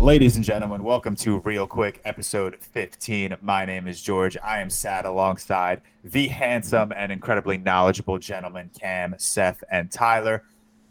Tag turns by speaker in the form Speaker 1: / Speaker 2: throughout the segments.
Speaker 1: Ladies and gentlemen, welcome to Real Quick, episode 15. My name is George. I am sat alongside the handsome and incredibly knowledgeable gentlemen, Cam, Seth, and Tyler.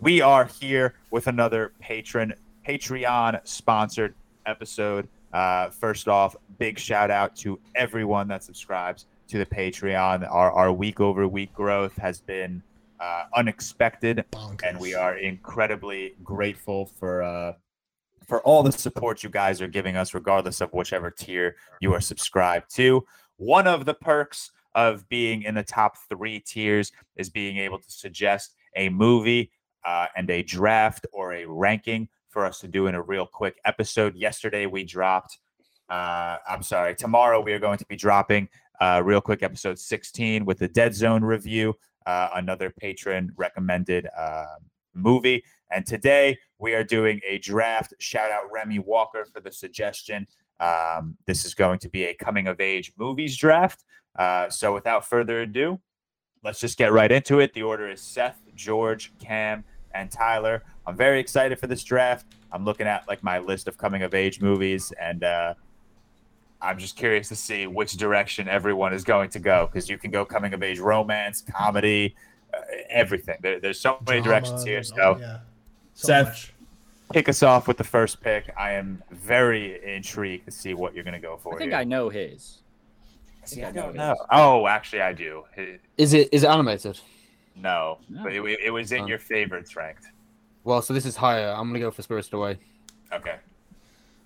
Speaker 1: We are here with another patron, Patreon sponsored episode. Uh, first off, big shout out to everyone that subscribes to the Patreon. Our, our week over week growth has been uh, unexpected,
Speaker 2: Bonkers.
Speaker 1: and we are incredibly grateful for uh, for all the support you guys are giving us, regardless of whichever tier you are subscribed to. One of the perks of being in the top three tiers is being able to suggest a movie uh, and a draft or a ranking for us to do in a real quick episode. Yesterday we dropped. Uh, I'm sorry. Tomorrow we are going to be dropping uh, real quick episode 16 with the Dead Zone review, uh, another patron recommended uh, movie. And today we are doing a draft. Shout out Remy Walker for the suggestion. Um, this is going to be a coming of age movies draft. Uh, so without further ado, let's just get right into it. The order is Seth, George, Cam, and Tyler. I'm very excited for this draft. I'm looking at like my list of coming of age movies, and uh, I'm just curious to see which direction everyone is going to go because you can go coming of age romance, comedy, uh, everything. There, there's so many
Speaker 2: Drama,
Speaker 1: directions here.
Speaker 2: there's
Speaker 1: So
Speaker 2: all- yeah. So
Speaker 1: Seth.
Speaker 2: much.
Speaker 1: kick us off with the first pick. I am very intrigued to see what you're going to go for.
Speaker 3: I think
Speaker 1: here.
Speaker 3: I know his.
Speaker 1: See,
Speaker 3: think
Speaker 1: I
Speaker 3: I know
Speaker 1: don't
Speaker 3: it
Speaker 1: know.
Speaker 3: is.
Speaker 1: Oh, actually, I do. It-
Speaker 4: Is it is it animated?
Speaker 1: no,
Speaker 3: No.
Speaker 1: but it, it was in
Speaker 4: Oh.
Speaker 1: your favorites ranked.
Speaker 4: Well, so this is higher. I'm gonna go for Spirited Away.
Speaker 1: Okay.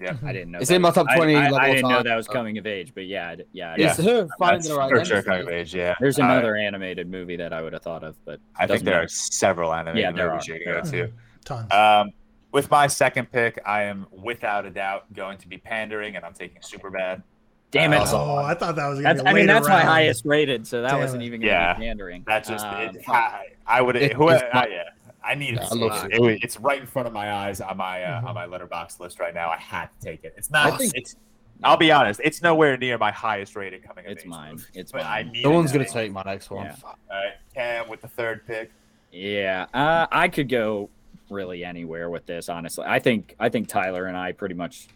Speaker 3: I didn't know.
Speaker 4: It's
Speaker 3: that Oh.
Speaker 4: in my
Speaker 3: was-
Speaker 4: top
Speaker 3: I-
Speaker 4: 20
Speaker 3: I, I,
Speaker 4: level
Speaker 3: didn't know
Speaker 4: time.
Speaker 3: that was coming of age, but yeah, I d- Uh, yeah. I
Speaker 1: Yeah.
Speaker 4: It's her finding
Speaker 1: That's
Speaker 4: the right
Speaker 1: for sure,
Speaker 4: identity.
Speaker 1: coming of age. Yeah.
Speaker 3: There's
Speaker 1: Uh,
Speaker 3: another animated movie that I would have thought of, but
Speaker 1: I think
Speaker 3: doesn't
Speaker 1: there
Speaker 3: matter.
Speaker 1: are several animated
Speaker 3: Yeah, there
Speaker 1: movies
Speaker 3: are.
Speaker 1: you can go
Speaker 2: There are.
Speaker 1: to.
Speaker 2: Tons.
Speaker 1: Um, with my second pick, I am without a doubt going to be pandering, and I'm taking Superbad.
Speaker 3: Damn it!
Speaker 1: Uh,
Speaker 2: oh, I thought that was gonna
Speaker 3: that's,
Speaker 2: be a
Speaker 3: I mean,
Speaker 2: later
Speaker 3: that's my
Speaker 2: round.
Speaker 3: highest rated, so that
Speaker 2: Damn
Speaker 3: wasn't
Speaker 2: it.
Speaker 3: even gonna
Speaker 1: Yeah.
Speaker 3: be pandering.
Speaker 1: That just
Speaker 3: Um,
Speaker 1: it, I, I would
Speaker 4: It-
Speaker 1: who
Speaker 4: it's
Speaker 1: I,
Speaker 4: not-
Speaker 1: yeah. I need
Speaker 4: Yeah,
Speaker 1: to
Speaker 4: I
Speaker 1: see
Speaker 4: love
Speaker 1: it. It was- it's right in front of my eyes on my uh, on
Speaker 2: Mhm.
Speaker 1: my letterbox list right now. I had to take it. It's not.
Speaker 4: I think-
Speaker 1: it's, I'll be honest. It's nowhere near my highest rated coming. of
Speaker 3: It's
Speaker 1: age
Speaker 3: mine.
Speaker 1: movie,
Speaker 3: It's
Speaker 1: but I
Speaker 3: mine.
Speaker 1: needed
Speaker 4: No one's
Speaker 1: to
Speaker 4: gonna take my next one.
Speaker 3: Yeah.
Speaker 4: Fuck.
Speaker 1: All right, Cam with the third pick.
Speaker 3: Yeah, uh, I could go really anywhere with this. Honestly, I think I think Tyler and I pretty much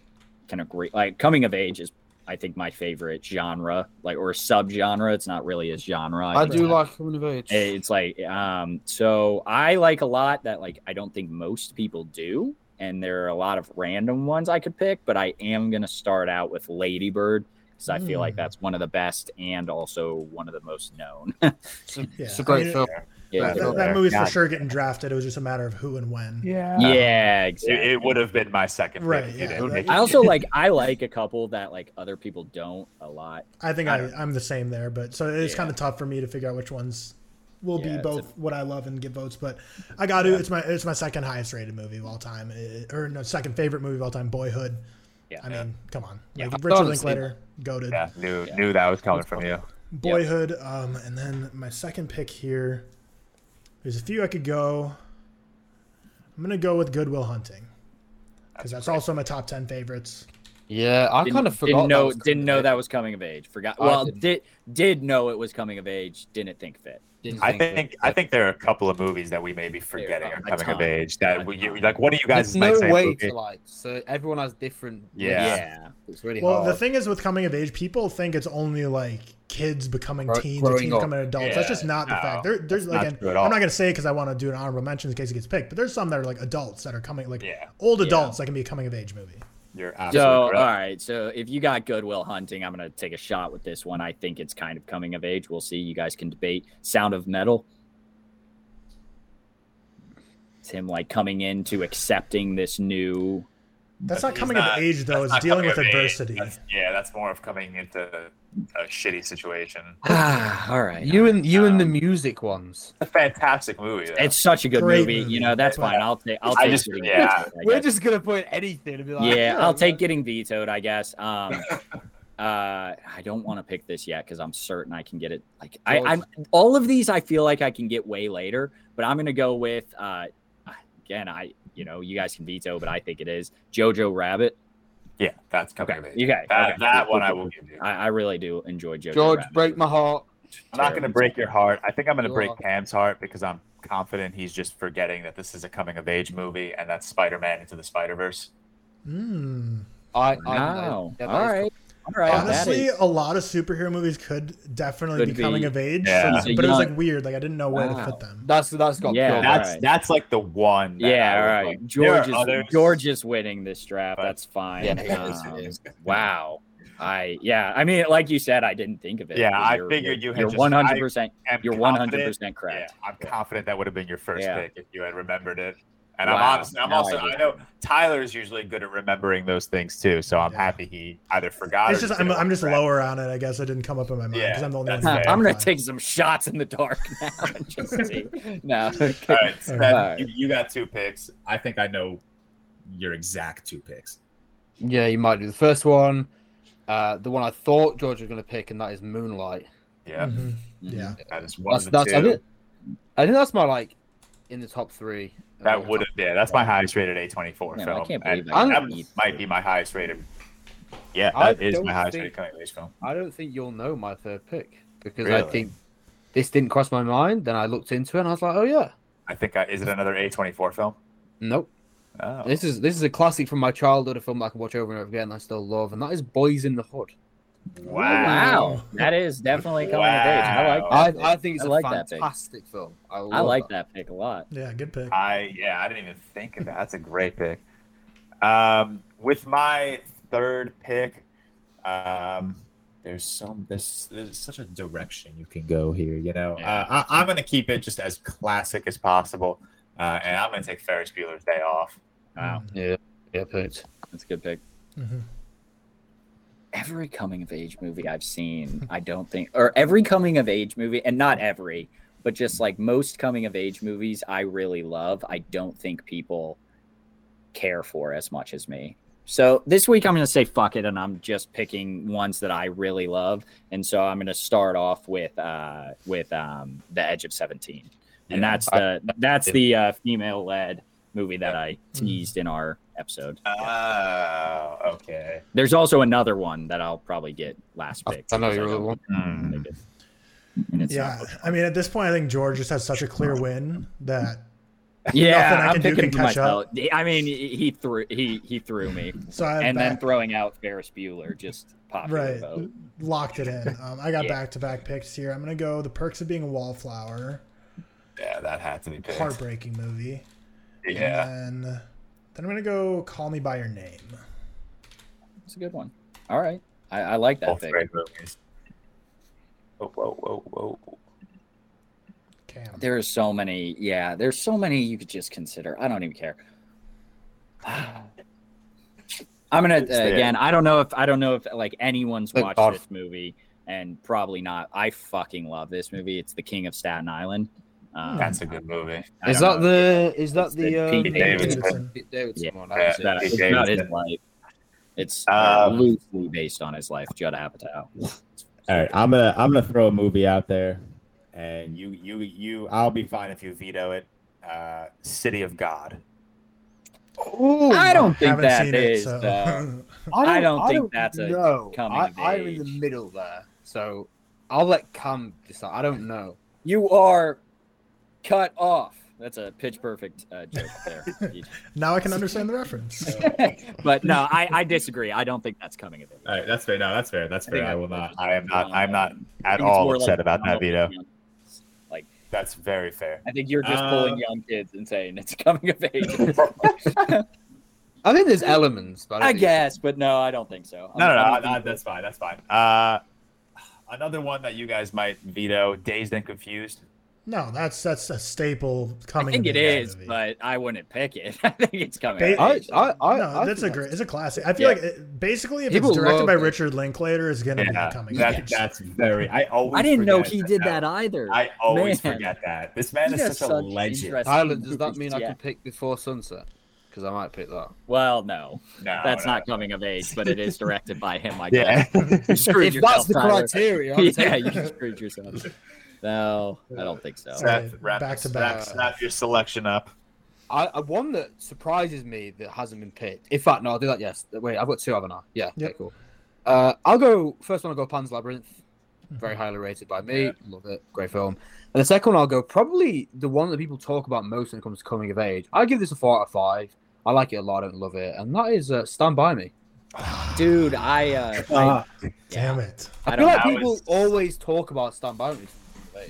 Speaker 3: can agree. Like, coming of age is, I think, my favorite genre, like or subgenre. It's not really a genre.
Speaker 4: I do
Speaker 3: think.
Speaker 4: like Coming of Age.
Speaker 3: It's like um, so I like a lot that like I don't think most people do, and there are a lot of random ones I could pick. But I am gonna start out with Ladybird because I feel like
Speaker 4: Hmm.
Speaker 2: Mm.
Speaker 3: that's one of the best and also one of the most known.
Speaker 2: Yeah.
Speaker 4: It's a great
Speaker 2: I mean,
Speaker 4: film.
Speaker 3: yeah,
Speaker 2: That, that
Speaker 1: Yeah.
Speaker 2: movie's
Speaker 1: God.
Speaker 2: for sure getting drafted. It was just a matter of who and when.
Speaker 1: Yeah.
Speaker 3: yeah,
Speaker 1: It,
Speaker 3: exactly.
Speaker 1: it would have been my second pick.
Speaker 2: Right,
Speaker 1: if you
Speaker 2: yeah,
Speaker 1: didn't
Speaker 2: that-
Speaker 1: take it.
Speaker 3: I also like I like a couple that like other people don't a lot.
Speaker 2: I think
Speaker 1: I
Speaker 2: I, I'm the same there, but so it's
Speaker 3: Yeah.
Speaker 2: kind of tough for me to figure out which ones will
Speaker 3: Yeah,
Speaker 2: be
Speaker 3: it's
Speaker 2: both what I love and get votes. But I got to. It's my it's my second highest rated movie of all time, eh, or no, second favorite movie of all time, Boyhood.
Speaker 3: Yeah.
Speaker 2: I mean, come on,
Speaker 3: Yeah.
Speaker 2: like
Speaker 4: I thought
Speaker 2: Richard
Speaker 4: it was-
Speaker 2: Linklater, goaded.
Speaker 1: Yeah, knew
Speaker 3: Yeah.
Speaker 1: knew that was coming from you.
Speaker 2: Boyhood, um, and then my second pick here. There's a few I could go. I'm gonna go with Goodwill Hunting because that's also my top ten favorites.
Speaker 4: Yeah, I kind
Speaker 3: Didn't-
Speaker 4: of forgot.
Speaker 3: Didn't
Speaker 4: that
Speaker 3: know
Speaker 4: was Coming
Speaker 3: didn't
Speaker 4: of
Speaker 3: know
Speaker 4: Age. Oh,
Speaker 3: that was coming of age. Forgot.
Speaker 4: I
Speaker 3: Well,
Speaker 4: didn't.
Speaker 3: did did know it was coming of age. Didn't think fit.
Speaker 4: Didn't
Speaker 1: I
Speaker 4: of
Speaker 1: think
Speaker 4: it.
Speaker 1: I think there are a couple of movies that we may be forgetting
Speaker 3: a-
Speaker 1: are
Speaker 3: a
Speaker 1: coming of
Speaker 3: ton.
Speaker 1: age.
Speaker 3: A
Speaker 1: That we, you,
Speaker 3: ton.
Speaker 1: like, what do you guys
Speaker 4: There's no
Speaker 1: might say?
Speaker 4: way
Speaker 1: movie?
Speaker 4: to like. So everyone has different.
Speaker 1: Yeah.
Speaker 3: yeah.
Speaker 4: It's really
Speaker 2: Well,
Speaker 4: hard.
Speaker 2: the thing is with coming of age, people think it's only like kids becoming
Speaker 4: Grow-
Speaker 2: teens or
Speaker 4: growing
Speaker 2: teens
Speaker 4: up.
Speaker 2: becoming adults.
Speaker 1: Yeah,
Speaker 2: that's just not the
Speaker 1: no,
Speaker 2: fact. There, there's
Speaker 1: not
Speaker 2: again,
Speaker 1: true at all.
Speaker 2: I'm not gonna say it because I want to do an honorable mention in case it gets picked, but there's some that are like adults that are coming, like
Speaker 1: Yeah.
Speaker 2: old
Speaker 3: Yeah.
Speaker 2: adults that can be a coming of age movie.
Speaker 1: You're
Speaker 3: So all
Speaker 1: absolutely correct.
Speaker 3: right. So if you got Goodwill Hunting, I'm gonna take a shot with this one. I think it's kind of coming of age. We'll see. You guys can debate. Sound of Metal. It's him like coming into accepting this new.
Speaker 2: That's
Speaker 1: But
Speaker 2: not
Speaker 1: he's
Speaker 2: coming
Speaker 1: not-
Speaker 2: of age though.
Speaker 1: That's
Speaker 2: It's
Speaker 1: not
Speaker 2: dealing
Speaker 1: coming
Speaker 2: with
Speaker 1: of age.
Speaker 2: adversity.
Speaker 1: That's- yeah, that's more of coming into a shitty situation.
Speaker 3: Ah, all right.
Speaker 4: you and you and the
Speaker 3: Um,
Speaker 4: music ones.
Speaker 1: It's a fantastic movie. Though.
Speaker 3: It's such a good
Speaker 2: Great
Speaker 3: movie.
Speaker 2: movie.
Speaker 3: You know, that's
Speaker 2: Yeah.
Speaker 3: fine. I'll take. I'll
Speaker 1: I
Speaker 3: take.
Speaker 1: just-
Speaker 3: getting
Speaker 1: yeah.
Speaker 3: vetoed, I
Speaker 4: We're
Speaker 3: guess.
Speaker 4: just gonna put anything and be like. "Oh,
Speaker 3: yeah, I'll take getting vetoed. I guess. Um, uh, I don't want to pick this yet because I'm certain I can get it. Like I,
Speaker 4: George.
Speaker 3: I'm all of these. I feel like I can get way later, but I'm gonna go with. Uh, again, I you know you guys can veto, but I think it is Jojo Rabbit.
Speaker 1: yeah, that's coming
Speaker 3: Okay,
Speaker 1: of age.
Speaker 3: you guys.
Speaker 1: That,
Speaker 3: okay.
Speaker 1: that one I will give you.
Speaker 3: I, I really do enjoy Jojo.
Speaker 4: George,
Speaker 3: Rabbit.
Speaker 4: break my heart.
Speaker 1: I'm not going to break your heart. I think I'm going to
Speaker 4: You
Speaker 1: break
Speaker 4: are.
Speaker 1: Cam's heart because I'm confident he's just forgetting that this is a coming of age movie and that's Spider Man into the Spider Verse.
Speaker 2: Mm.
Speaker 4: I,
Speaker 3: Wow.
Speaker 4: I don't know. Yeah, that
Speaker 3: Oh, All
Speaker 4: is
Speaker 3: right. All right. that
Speaker 2: Honestly,
Speaker 3: is-
Speaker 2: a lot of superhero movies could definitely
Speaker 3: Could
Speaker 2: be coming
Speaker 3: be.
Speaker 2: of age,
Speaker 1: Yeah.
Speaker 2: so- but it was
Speaker 3: Yeah.
Speaker 2: like weird. Like I didn't know where to
Speaker 3: Wow.
Speaker 2: fit them.
Speaker 4: That's that's got
Speaker 3: Yeah.
Speaker 4: yeah.
Speaker 1: That's
Speaker 3: Alright.
Speaker 1: that's like the one. that
Speaker 3: yeah,
Speaker 1: I
Speaker 3: all
Speaker 1: would,
Speaker 3: right.
Speaker 1: like- There are
Speaker 3: George is
Speaker 1: others.
Speaker 3: George is winning this draft.
Speaker 1: But-
Speaker 3: That's fine.
Speaker 4: Yeah, it is,
Speaker 3: Um,
Speaker 4: it is.
Speaker 3: Wow. I yeah. I mean, like you said, I didn't think of it.
Speaker 1: Yeah,
Speaker 3: but
Speaker 1: I
Speaker 3: you're-
Speaker 1: figured you had
Speaker 3: You're
Speaker 1: just-
Speaker 3: one hundred percent.
Speaker 1: I'm
Speaker 3: You're one
Speaker 1: confident-
Speaker 3: hundred percent
Speaker 1: Yeah,
Speaker 3: correct.
Speaker 1: I'm confident that would have been your first
Speaker 3: Yeah.
Speaker 1: pick if you had remembered it. And
Speaker 3: Wow,
Speaker 1: I'm honestly, I'm
Speaker 3: now
Speaker 1: also,
Speaker 3: I
Speaker 1: I,
Speaker 3: do.
Speaker 1: know Tyler's usually good at remembering those things too. So I'm
Speaker 2: Yeah.
Speaker 1: happy he either forgot.
Speaker 2: It's
Speaker 1: or
Speaker 2: just
Speaker 1: didn't
Speaker 2: I'm, I'm just
Speaker 1: remember.
Speaker 2: lower on it. I guess I didn't come up in my mind
Speaker 1: Yeah,
Speaker 2: because I'm the only
Speaker 1: that's
Speaker 2: one.
Speaker 1: fair.
Speaker 2: who
Speaker 3: I'm gonna
Speaker 2: qualified.
Speaker 3: take some shots in the dark now. and Just see. No.
Speaker 1: All right,
Speaker 2: All
Speaker 1: Steph,
Speaker 2: right.
Speaker 1: You, you got two picks. I think I know your exact two picks.
Speaker 4: Yeah, you might do the first one. Uh, the one I thought George was going to pick, and that is Moonlight.
Speaker 1: Yeah,
Speaker 2: Mhm.
Speaker 3: Mm-hmm.
Speaker 2: Yeah.
Speaker 1: that is one.
Speaker 4: That's
Speaker 1: of the
Speaker 4: that's I
Speaker 1: two.
Speaker 4: think, I think that's my like in the top three. Uh,
Speaker 1: That would have yeah. That's my highest rated A24
Speaker 3: Man, I
Speaker 1: film.
Speaker 3: can't
Speaker 1: and
Speaker 3: believe I
Speaker 1: that
Speaker 3: didn't eat
Speaker 1: might
Speaker 3: food.
Speaker 1: be my highest rated. Yeah,
Speaker 4: I
Speaker 1: that is
Speaker 4: don't
Speaker 1: my highest
Speaker 4: think-
Speaker 1: rated coming of age film.
Speaker 4: I don't think you'll know my third pick because I
Speaker 1: Really?
Speaker 4: think this didn't cross my mind. Then I looked into it and I was like, oh yeah,
Speaker 1: I think I, is it another A24 film?
Speaker 4: nope.
Speaker 1: Oh,
Speaker 4: This is this is a classic from my childhood, a film that I can watch over and over again. And I still love, and that is Boys in the Hood.
Speaker 3: Wow. That is definitely coming of age. I like.
Speaker 1: Wow.
Speaker 4: I,
Speaker 3: That
Speaker 4: I
Speaker 3: pick.
Speaker 4: think it's
Speaker 3: I
Speaker 4: a
Speaker 3: like that pick.
Speaker 4: fantastic film. I,
Speaker 3: I
Speaker 4: love
Speaker 3: like that pick a lot.
Speaker 2: Yeah, good pick.
Speaker 1: I yeah, I didn't even think of that. That's a great pick. Um, with my third pick, um, there's some this there's such a direction you can go here. You know, uh, I, I'm gonna keep it just as classic as possible, uh, and I'm gonna take Ferris Bueller's Day Off.
Speaker 2: Mm-hmm.
Speaker 1: Um, Wow.
Speaker 4: Yeah, yeah, perfect.
Speaker 3: That's a good pick.
Speaker 2: Mhm.
Speaker 3: every coming of age movie I've seen, I don't think, or every coming of age movie, and not every, but just like most coming of age movies I really love, I don't think people care for as much as me. So this week I'm going to say fuck it, and I'm just picking ones that I really love, and so I'm going to start off with uh, with um, the Edge of Seventeen,
Speaker 1: Yeah.
Speaker 3: and
Speaker 1: Mm.
Speaker 3: that's the that's the uh, female led movie that I teased in our episode.
Speaker 1: Oh, okay.
Speaker 3: There's also another one that I'll probably get last
Speaker 4: I-
Speaker 3: pick.
Speaker 4: Oh, I know
Speaker 3: because
Speaker 4: your other
Speaker 3: don't
Speaker 4: one.
Speaker 1: Hmm.
Speaker 3: think it- and it's
Speaker 2: Yeah,
Speaker 3: not-
Speaker 2: I mean at this point I think George just has such a clear win that
Speaker 3: yeah.
Speaker 2: I
Speaker 3: I'm
Speaker 2: can do
Speaker 3: picking
Speaker 2: can
Speaker 3: for
Speaker 2: catch
Speaker 3: myself. I mean, he he threw he he threw me,
Speaker 2: so I
Speaker 3: and then
Speaker 2: back,
Speaker 3: throwing out Ferris Bueller just popular
Speaker 2: right
Speaker 3: vote.
Speaker 2: locked it in. Um, I got
Speaker 3: Yeah.
Speaker 2: back to back picks here. I'm gonna go the perks of being a wallflower,
Speaker 1: Yeah, that had to be picked.
Speaker 2: heartbreaking movie.
Speaker 1: Yeah.
Speaker 2: And then, then I'm gonna go call me by your name.
Speaker 3: It's a good one. All right, I, I like that
Speaker 1: Both
Speaker 3: thing.
Speaker 1: great movies. Whoa, whoa, whoa, whoa.
Speaker 2: Cam.
Speaker 3: There are so many. Yeah, there's so many you could just consider. I don't even care. I'm gonna
Speaker 1: It's
Speaker 3: uh,
Speaker 1: there.
Speaker 3: again. I don't know if I don't know if like anyone's
Speaker 4: Thank
Speaker 3: watched
Speaker 4: God.
Speaker 3: this movie, and probably not. I fucking love this movie. It's The King of Staten Island. Um,
Speaker 1: That's a good movie.
Speaker 3: I
Speaker 4: Is
Speaker 3: don't
Speaker 4: that
Speaker 3: know.
Speaker 4: the is that
Speaker 3: It's
Speaker 4: the,
Speaker 3: the
Speaker 4: um,
Speaker 3: Pete
Speaker 1: Davidson.
Speaker 2: Davidson.
Speaker 4: Pete Davidson one?
Speaker 1: Yeah.
Speaker 4: That's
Speaker 3: It's
Speaker 4: it.
Speaker 3: about,
Speaker 1: Pete
Speaker 3: it's about his
Speaker 1: Davidson.
Speaker 3: life. It's uh,
Speaker 1: Um,
Speaker 3: loosely based on his life, Judd Apatow.
Speaker 1: All right, I'm gonna I'm gonna throw a movie out there, and you you you I'll be fine if you veto it. Uh, City of God.
Speaker 4: Ooh,
Speaker 3: I don't think
Speaker 2: Haven't
Speaker 3: that
Speaker 2: seen it,
Speaker 3: is.
Speaker 2: so-
Speaker 3: uh, I don't think that's a
Speaker 4: know.
Speaker 3: coming
Speaker 4: I,
Speaker 3: of
Speaker 4: I'm in the
Speaker 3: age.
Speaker 4: middle there, so I'll let Cam decide. I don't know.
Speaker 3: you are cut off. That's a pitch perfect uh, joke there.
Speaker 2: now I can understand the reference.
Speaker 3: but no, I, I disagree. I don't think that's coming of age.
Speaker 1: All right, that's fair. No, that's fair. That's
Speaker 3: I think
Speaker 1: fair. I,
Speaker 3: I-
Speaker 1: will not. I am not.
Speaker 3: Um,
Speaker 1: I'm not
Speaker 3: I
Speaker 1: at
Speaker 3: think it's
Speaker 1: all
Speaker 3: more
Speaker 1: upset
Speaker 3: like
Speaker 1: about that
Speaker 3: young
Speaker 1: veto.
Speaker 3: kids. Like
Speaker 1: That's very fair.
Speaker 3: I think you're just
Speaker 1: Uh,
Speaker 3: pulling young kids and saying it's coming of age.
Speaker 4: I think there's elements, but
Speaker 3: I
Speaker 4: don't think-
Speaker 3: guess, but no, I don't think so.
Speaker 1: No, no, no.
Speaker 3: I
Speaker 1: I,
Speaker 3: don't think
Speaker 1: I- that's fine. That's fine. Uh, another one that you guys might veto: Dazed and Confused.
Speaker 2: no, that's that's a staple
Speaker 3: I
Speaker 2: coming.
Speaker 3: think
Speaker 2: of
Speaker 3: it
Speaker 2: age
Speaker 3: is,
Speaker 2: movie.
Speaker 3: but I wouldn't pick it. I think it's coming.
Speaker 2: Ba-
Speaker 3: out.
Speaker 4: I, I, I,
Speaker 2: no,
Speaker 4: I
Speaker 2: that's a
Speaker 4: think
Speaker 2: great. It's a classic. I feel
Speaker 3: Yeah.
Speaker 2: like it, basically, if
Speaker 4: People
Speaker 2: it's directed
Speaker 4: love
Speaker 2: by
Speaker 4: it.
Speaker 2: Richard Linklater, it's gonna be coming.
Speaker 1: that,
Speaker 2: of age.
Speaker 1: that's very. I always.
Speaker 3: I didn't know
Speaker 1: forget
Speaker 3: he did that either.
Speaker 1: I always
Speaker 3: Man.
Speaker 1: forget that. This man
Speaker 3: He
Speaker 1: is
Speaker 3: does
Speaker 1: such a
Speaker 3: such
Speaker 1: legend.
Speaker 3: interesting-
Speaker 4: Tyler, does that mean I
Speaker 3: Yeah.
Speaker 4: can pick Before Sunset? Because I might pick that.
Speaker 3: well, no,
Speaker 1: No,
Speaker 3: that's
Speaker 1: no.
Speaker 3: not coming of age, but it is directed by him. I guess.
Speaker 1: Yeah.
Speaker 3: You screwed yourself, Tyler.
Speaker 4: criteria,
Speaker 3: yeah, you just screwed yourself. No, I don't think so.
Speaker 2: So-
Speaker 1: Seth, wrap,
Speaker 2: Back to
Speaker 1: snap-
Speaker 4: back.
Speaker 1: snap your selection up.
Speaker 4: I, I one that surprises me that hasn't been picked. In fact, no, I'll do that. Yes, wait, I've got two, haven't I? Yeah. Okay,
Speaker 2: Yep.
Speaker 4: cool. Uh, I'll go first one. I'll go Pan's Labyrinth. Very
Speaker 2: Mhm.
Speaker 4: highly rated by me. Love it. Great film. And the second one I'll go probably the one that people talk about most when it comes to coming of age. I give this a four out of five. I like it a lot and love it. And that is uh, Stand By Me.
Speaker 3: dude. I uh, I,
Speaker 2: Damn it.
Speaker 4: I,
Speaker 3: I
Speaker 4: feel
Speaker 3: don't
Speaker 4: like
Speaker 1: know,
Speaker 4: people
Speaker 1: it's-
Speaker 4: always talk about Stand By Me.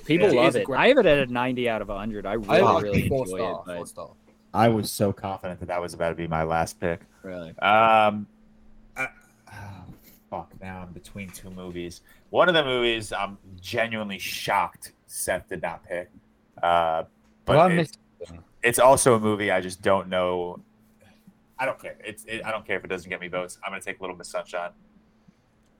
Speaker 3: people
Speaker 1: Yeah, it
Speaker 3: love
Speaker 4: is a
Speaker 3: it.
Speaker 4: great-
Speaker 3: I have it at a ninety out of hundred. I really
Speaker 4: I like
Speaker 3: really
Speaker 4: four
Speaker 3: enjoy
Speaker 4: star,
Speaker 3: it, but
Speaker 4: four star.
Speaker 1: I was so confident that that was about to be my last pick.
Speaker 3: really,
Speaker 1: Um, I, oh, fuck. Now I'm between two movies. One of the movies I'm genuinely shocked Seth did not pick. Uh, but
Speaker 4: Well, I
Speaker 1: it-
Speaker 4: missed-
Speaker 1: it's also a movie I just don't know. I don't care. It's it, I don't care if it doesn't get me votes. I'm gonna take Little Miss Sunshine.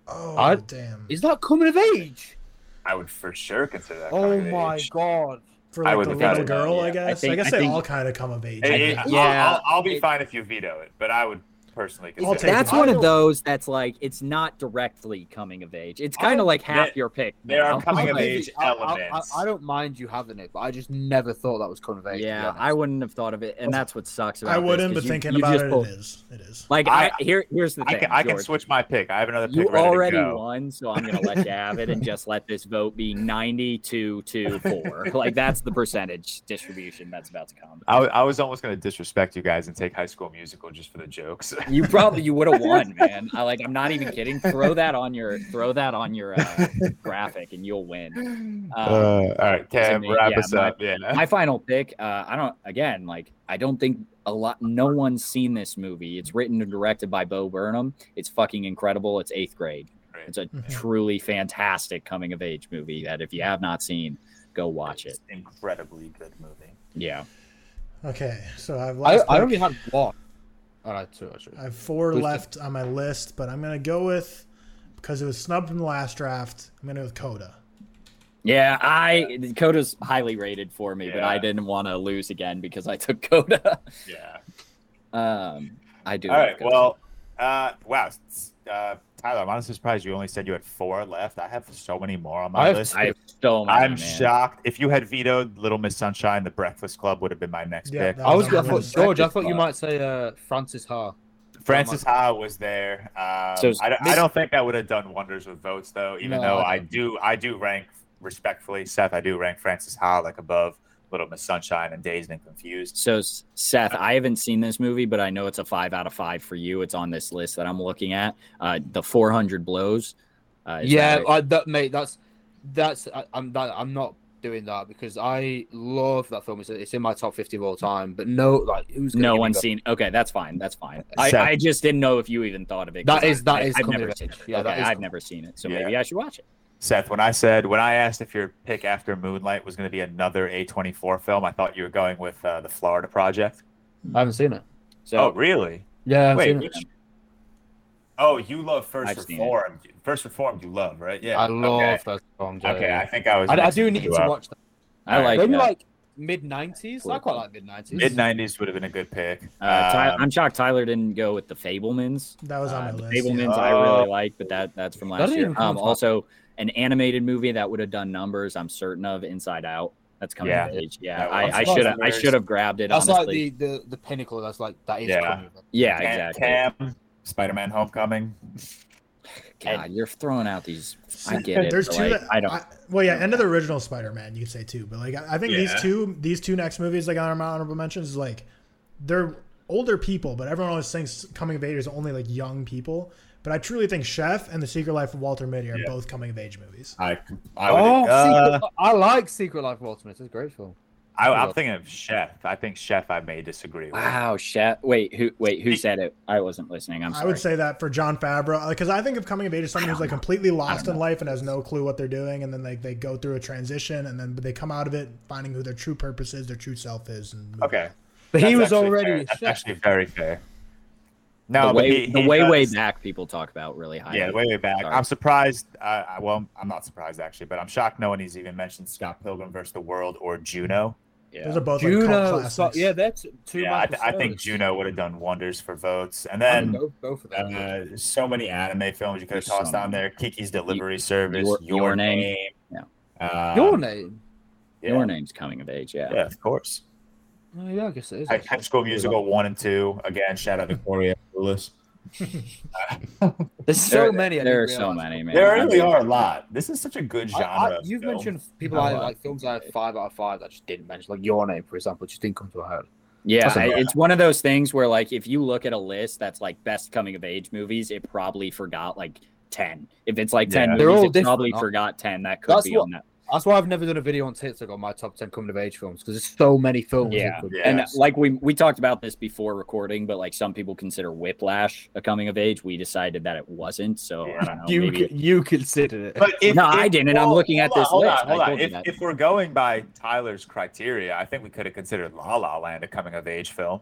Speaker 2: Oh,
Speaker 4: I-
Speaker 2: damn.
Speaker 4: Is that coming of age?
Speaker 1: I would for sure consider that.
Speaker 4: Oh
Speaker 1: coming of
Speaker 4: my
Speaker 1: age.
Speaker 4: god.
Speaker 2: For
Speaker 1: I
Speaker 2: like
Speaker 1: would
Speaker 2: the
Speaker 1: have got
Speaker 2: little
Speaker 1: it.
Speaker 2: girl, I
Speaker 3: Yeah, I
Speaker 2: guess. I,
Speaker 3: think-
Speaker 2: guess
Speaker 3: I
Speaker 2: they
Speaker 3: think-
Speaker 2: all kind of come of age.
Speaker 1: It-
Speaker 2: I
Speaker 1: it-
Speaker 2: think.
Speaker 1: I'll-
Speaker 3: yeah,
Speaker 1: I'll, I'll, be
Speaker 3: it-
Speaker 1: fine if you veto it, but I would personally
Speaker 2: I'll
Speaker 1: consider.
Speaker 2: take
Speaker 1: it.
Speaker 3: that's
Speaker 2: it.
Speaker 3: one
Speaker 2: I-
Speaker 3: of those that's like it's not directly coming of age. It's
Speaker 1: I-
Speaker 3: kind of like half
Speaker 1: there-
Speaker 3: your pick.
Speaker 1: there are
Speaker 3: now.
Speaker 1: coming of
Speaker 4: I'll
Speaker 3: Like,
Speaker 4: give
Speaker 1: age
Speaker 4: you- I- I- I-
Speaker 1: elements.
Speaker 4: I, don't mind you having it, but I just never thought that was coming of age. to be
Speaker 3: Yeah,
Speaker 4: honest.
Speaker 3: I wouldn't have thought of it, and that's what sucks. About
Speaker 2: I
Speaker 3: this,
Speaker 2: wouldn't,
Speaker 3: 'cause
Speaker 2: but
Speaker 3: you-
Speaker 2: thinking
Speaker 3: you
Speaker 2: about
Speaker 3: just
Speaker 2: it,
Speaker 3: pulled-
Speaker 2: it is. It is.
Speaker 3: Like
Speaker 1: I-
Speaker 3: I, here, here's the
Speaker 1: I
Speaker 3: thing.
Speaker 1: can, I can
Speaker 3: George.
Speaker 1: switch my pick. I have another pick.
Speaker 3: You
Speaker 1: ready to
Speaker 3: already
Speaker 1: go.
Speaker 3: won, so I'm gonna let you have it and just let this vote be 92 to four. Like that's the percentage distribution that's about to come.
Speaker 1: I, w- I was almost going to disrespect you guys and take High School Musical just for the jokes.
Speaker 3: You probably you would have won, man. I like I'm not even kidding. Throw that on your throw that on your uh, graphic and you'll win. Uh,
Speaker 1: all right, Cam,
Speaker 3: me,
Speaker 1: wrap
Speaker 3: yeah,
Speaker 1: us
Speaker 3: my-
Speaker 1: up. Yeah.
Speaker 3: my final pick. Uh, I don't again like I don't think a lot. No one's seen this movie. It's written and directed by Bo Burnham. It's fucking incredible. It's eighth grade. It's a
Speaker 1: Mm-hmm.
Speaker 2: Mhm.
Speaker 3: truly fantastic coming of age movie that if you have not seen, go watch it.
Speaker 1: It's Incredibly good movie.
Speaker 3: Yeah.
Speaker 2: Okay, so I've
Speaker 4: I,
Speaker 2: last
Speaker 4: I
Speaker 2: pick.
Speaker 4: only had one. All right, two actually.
Speaker 2: I have four
Speaker 4: Who's
Speaker 2: left on my list, but I'm gonna go with because it was snubbed from the last draft. I'm gonna go with Coda.
Speaker 3: Yeah, I Coda's highly rated for me, but I
Speaker 1: Yeah.
Speaker 3: didn't want to lose again because I took Coda.
Speaker 1: Yeah.
Speaker 3: Um, I do.
Speaker 1: All
Speaker 3: love
Speaker 1: right.
Speaker 3: Coda.
Speaker 1: Well, uh, wow. s- Uh, Tyler, I'm honestly surprised you only said you had four left. I have so many more on
Speaker 4: I
Speaker 1: my
Speaker 4: have-
Speaker 1: list.
Speaker 3: I have so many,
Speaker 1: I'm
Speaker 3: man.
Speaker 1: shocked. If you had vetoed Little Miss Sunshine, The Breakfast Club would have been my next
Speaker 2: Yeah,
Speaker 1: pick.
Speaker 2: that
Speaker 4: I was. I
Speaker 2: number
Speaker 4: thought
Speaker 2: one.
Speaker 4: George. I thought you might say uh, Francis Ha.
Speaker 1: Francis Ha was there. Um,
Speaker 3: So-
Speaker 1: I, don't, I don't think I would have done wonders with votes though, even
Speaker 4: No,
Speaker 1: though
Speaker 4: I
Speaker 1: I do I do rank respectfully, Seth. I do rank Francis Ha like above Little Miss Sunshine and Dazed and Confused.
Speaker 3: So Seth, I haven't seen this movie, but I know it's a five out of five for you. It's on this list that I'm looking at. Uh, the 400 blows. Uh, is
Speaker 4: yeah,
Speaker 3: that
Speaker 4: oh,
Speaker 3: it?
Speaker 4: I, that mate. That's that's. I, I'm that. I'm not doing that because I love that film. It's, it's in my top fifty of all time. But no, like who's gonna
Speaker 3: no
Speaker 4: give me
Speaker 3: one's
Speaker 4: that?
Speaker 3: seen. Okay, that's fine. That's fine. I,
Speaker 1: Seth.
Speaker 3: I just didn't know if you even thought of it.
Speaker 4: That
Speaker 3: 'cause
Speaker 4: is- that
Speaker 3: I,
Speaker 4: is
Speaker 3: I've
Speaker 4: coming
Speaker 3: never
Speaker 4: of
Speaker 3: seen
Speaker 4: age.
Speaker 3: it.
Speaker 4: Yeah, that
Speaker 3: Okay,
Speaker 4: is
Speaker 3: I've
Speaker 4: com-
Speaker 3: never seen it, so
Speaker 1: Yeah.
Speaker 3: maybe I should watch it.
Speaker 1: Seth, when I said when I asked if your pick after Moonlight was going to be another A24 film, I thought you were going with uh, the Florida Project.
Speaker 4: I haven't seen it.
Speaker 3: So
Speaker 1: oh, really?
Speaker 4: Yeah, I haven't
Speaker 1: Wait,
Speaker 4: seen it.
Speaker 1: which? Oh, you love 1st
Speaker 3: I've seen it.
Speaker 1: Reformed. First Reformed, you love, right? Yeah.
Speaker 4: I love
Speaker 1: Okay.
Speaker 4: that film. dude.
Speaker 1: Okay, I think I was.
Speaker 4: I, I
Speaker 1: mixing
Speaker 4: do
Speaker 1: the
Speaker 4: need
Speaker 1: two
Speaker 4: to
Speaker 1: up.
Speaker 4: watch that.
Speaker 3: I like uh,
Speaker 4: Maybe
Speaker 3: that.
Speaker 4: like mid nineties. I quite like mid nineties.
Speaker 1: Mid '90s would have been a good pick.
Speaker 3: Uh, Ty-
Speaker 1: Um,
Speaker 3: I'm shocked Tyler didn't go with the Fablemans.
Speaker 2: That was on
Speaker 3: Uh,
Speaker 2: my
Speaker 3: the
Speaker 2: list. yeah.
Speaker 3: Fablemans I really
Speaker 1: Oh.
Speaker 3: like, but that that's from
Speaker 4: That
Speaker 3: last
Speaker 4: didn't
Speaker 3: year.
Speaker 4: even come
Speaker 3: Um,
Speaker 4: to my-
Speaker 3: also, an animated movie that would have done numbers. I'm certain of Inside Out. That's coming
Speaker 1: Yeah.
Speaker 3: of age. Yeah,
Speaker 1: That was-
Speaker 3: I should have I should have grabbed it.
Speaker 4: That's
Speaker 3: honestly.
Speaker 4: like the, the the pinnacle. That's like that is.
Speaker 1: Yeah.
Speaker 4: coming.
Speaker 3: Yeah,
Speaker 1: Cam,
Speaker 3: exactly.
Speaker 1: Cam, Spider-Man: Homecoming.
Speaker 3: God, you're throwing out these. I
Speaker 2: See,
Speaker 3: get it.
Speaker 2: There's
Speaker 3: but,
Speaker 2: two.
Speaker 3: like,
Speaker 2: that,
Speaker 3: I don't.
Speaker 2: well, yeah, end of the original Spider-Man, you could say too, but like I, I think
Speaker 1: Yeah.
Speaker 2: these two, these two next movies, like on my honorable mentions, is like they're older people, but everyone always thinks coming of age is only like young people. But I truly think Chef and The Secret Life of Walter Mitty are
Speaker 1: Yeah.
Speaker 2: both coming of age movies.
Speaker 1: I, I would.
Speaker 4: Oh,
Speaker 1: uh,
Speaker 4: Secret- I like Secret Life of Ultimate. It's a great film.
Speaker 1: I, I'm thinking of Chef. I think Chef. I may disagree with.
Speaker 3: Wow, chef. Wait, who? Wait, who said it? I wasn't listening. I'm
Speaker 2: I
Speaker 3: sorry.
Speaker 2: would say that for John Favreau, because I think of coming of age as someone who's like completely lost in life and has no clue what they're doing, and then like they go through a transition, and then they come out of it finding who their true purpose is, their true self is. And move
Speaker 1: Okay,
Speaker 2: on.
Speaker 4: But he
Speaker 1: That's
Speaker 4: was
Speaker 1: actually
Speaker 4: already
Speaker 1: fair.
Speaker 4: a
Speaker 1: That's
Speaker 4: chef.
Speaker 1: actually very fair. No,
Speaker 3: the
Speaker 1: but
Speaker 3: way
Speaker 1: he-
Speaker 3: the
Speaker 1: he
Speaker 3: way way
Speaker 1: does-
Speaker 3: back people talk about really high.
Speaker 1: Yeah, way way back.
Speaker 3: Sorry.
Speaker 1: I'm surprised. Uh, I- well, I'm not surprised actually, but I'm shocked no one has even mentioned Scott Pilgrim versus the World or Juno.
Speaker 2: Those are both like, cult
Speaker 4: Juno,
Speaker 2: classics.
Speaker 4: so- yeah, that's two.
Speaker 1: yeah, I,
Speaker 4: Michael
Speaker 1: th- I think
Speaker 4: Cera's.
Speaker 1: Juno would have done wonders for votes. And
Speaker 4: I would
Speaker 1: then
Speaker 4: go, go for that.
Speaker 1: uh, so many anime films you could have
Speaker 3: There's so
Speaker 1: tossed on there. Kiki's Delivery Service,
Speaker 3: Your-
Speaker 1: Your,
Speaker 3: Your Name.
Speaker 1: Name. Yeah.
Speaker 4: Your name?
Speaker 3: Your name's coming of age. Yeah.
Speaker 1: Yeah, of course.
Speaker 4: Oh, yeah, I guess it is.
Speaker 1: High High School Musical one and two. Again, shout out to Corey Lewis.
Speaker 4: There's so
Speaker 3: There-
Speaker 4: many. I
Speaker 3: There are
Speaker 4: didn't
Speaker 3: so
Speaker 4: realize.
Speaker 3: many, man.
Speaker 1: There
Speaker 3: I
Speaker 1: really
Speaker 3: mean,
Speaker 1: are a lot. This is such a good
Speaker 4: I-
Speaker 1: genre.
Speaker 4: I-
Speaker 1: of
Speaker 4: you've
Speaker 1: film.
Speaker 4: mentioned people
Speaker 3: Oh,
Speaker 4: I
Speaker 3: wow.
Speaker 4: like films I had five out of five that I just didn't mention, like Your Name, for example, just didn't come to a head.
Speaker 3: Yeah,
Speaker 1: Awesome.
Speaker 3: I- it's one of those things where like if you look at a list that's like best coming of age movies, it probably forgot like ten. If it's like ten,
Speaker 1: Yeah.
Speaker 4: They're
Speaker 3: movies,
Speaker 4: all
Speaker 3: it probably
Speaker 4: different.
Speaker 3: forgot ten. That could
Speaker 4: That's
Speaker 3: be
Speaker 4: what-
Speaker 3: on that.
Speaker 4: That's why I've never done a video on TikTok on my top ten coming of age films because there's so many films. it
Speaker 3: Yeah.
Speaker 4: could
Speaker 1: Yeah.
Speaker 4: be.
Speaker 3: And uh,
Speaker 1: Yes.
Speaker 3: like we we talked about this before recording, but like some people consider Whiplash a coming of age. We decided that it wasn't, so I don't know.
Speaker 4: you
Speaker 3: maybe-
Speaker 4: c- you considered it.
Speaker 1: But if,
Speaker 3: No,
Speaker 1: if-
Speaker 3: I didn't, and I'm looking at
Speaker 1: hold on,
Speaker 3: this
Speaker 1: hold
Speaker 3: list,
Speaker 1: On, hold
Speaker 3: I
Speaker 1: on.
Speaker 3: told you
Speaker 1: If,
Speaker 3: that.
Speaker 1: if we're going by Tyler's criteria, I think we could have considered La La Land a coming of age film.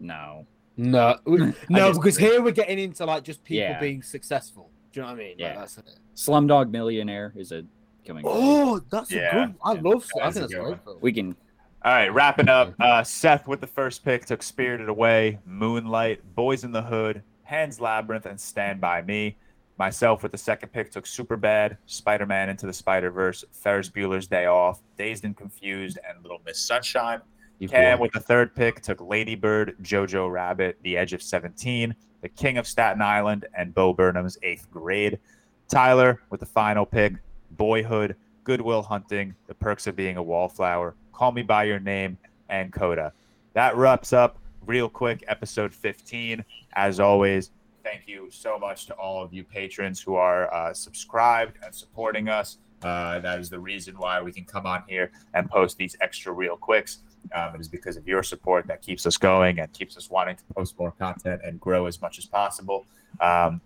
Speaker 3: no,
Speaker 4: No, we- no,
Speaker 3: just-
Speaker 4: because here we're getting into like just people
Speaker 3: Yeah.
Speaker 4: being successful. Do you know what I mean? Like,
Speaker 3: Yeah.
Speaker 4: that's it.
Speaker 3: Slumdog Millionaire is a coming. of age.
Speaker 4: Oh, that's
Speaker 1: Yeah.
Speaker 4: a good. I
Speaker 3: Yeah.
Speaker 4: love. I
Speaker 1: That's a
Speaker 4: think that's
Speaker 1: good
Speaker 4: a
Speaker 1: one.
Speaker 4: great film.
Speaker 3: We can.
Speaker 1: All right, wrapping up. Uh, Seth with the first pick took Spirited Away, Moonlight, Boys in the Hood, Hands Labyrinth, and Stand By Me. Myself with the second pick took Superbad, Spider Man Into the Spider Verse, Ferris Bueller's Day Off, Dazed and Confused, and Little Miss Sunshine.
Speaker 3: you
Speaker 1: Cam
Speaker 3: can-
Speaker 1: with the third pick took Ladybird, Jojo Rabbit, The Edge of 17, The King of Staten Island, and Bo Burnham's Eighth Grade. Tyler with the final pick, Boyhood, Goodwill Hunting, The Perks of Being a Wallflower, Call Me By Your Name, and Coda. That wraps up real quick episode 15. As always, thank you so much to all of you patrons who are uh, subscribed and supporting us. Uh, that is the reason why we can come on here and post these extra real quicks. Um, it is because of your support that keeps us going and keeps us wanting to post more content and grow as much as possible. Um,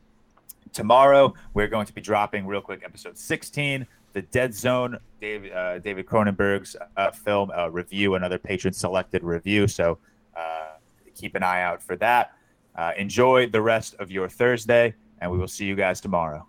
Speaker 1: tomorrow, we're going to be dropping real quick episode 16, The Dead Zone, David, uh, David Cronenberg's uh, film uh, review, another patron selected review. So uh, keep an eye out for that. Uh, enjoy the rest of your Thursday, and we will see you guys tomorrow.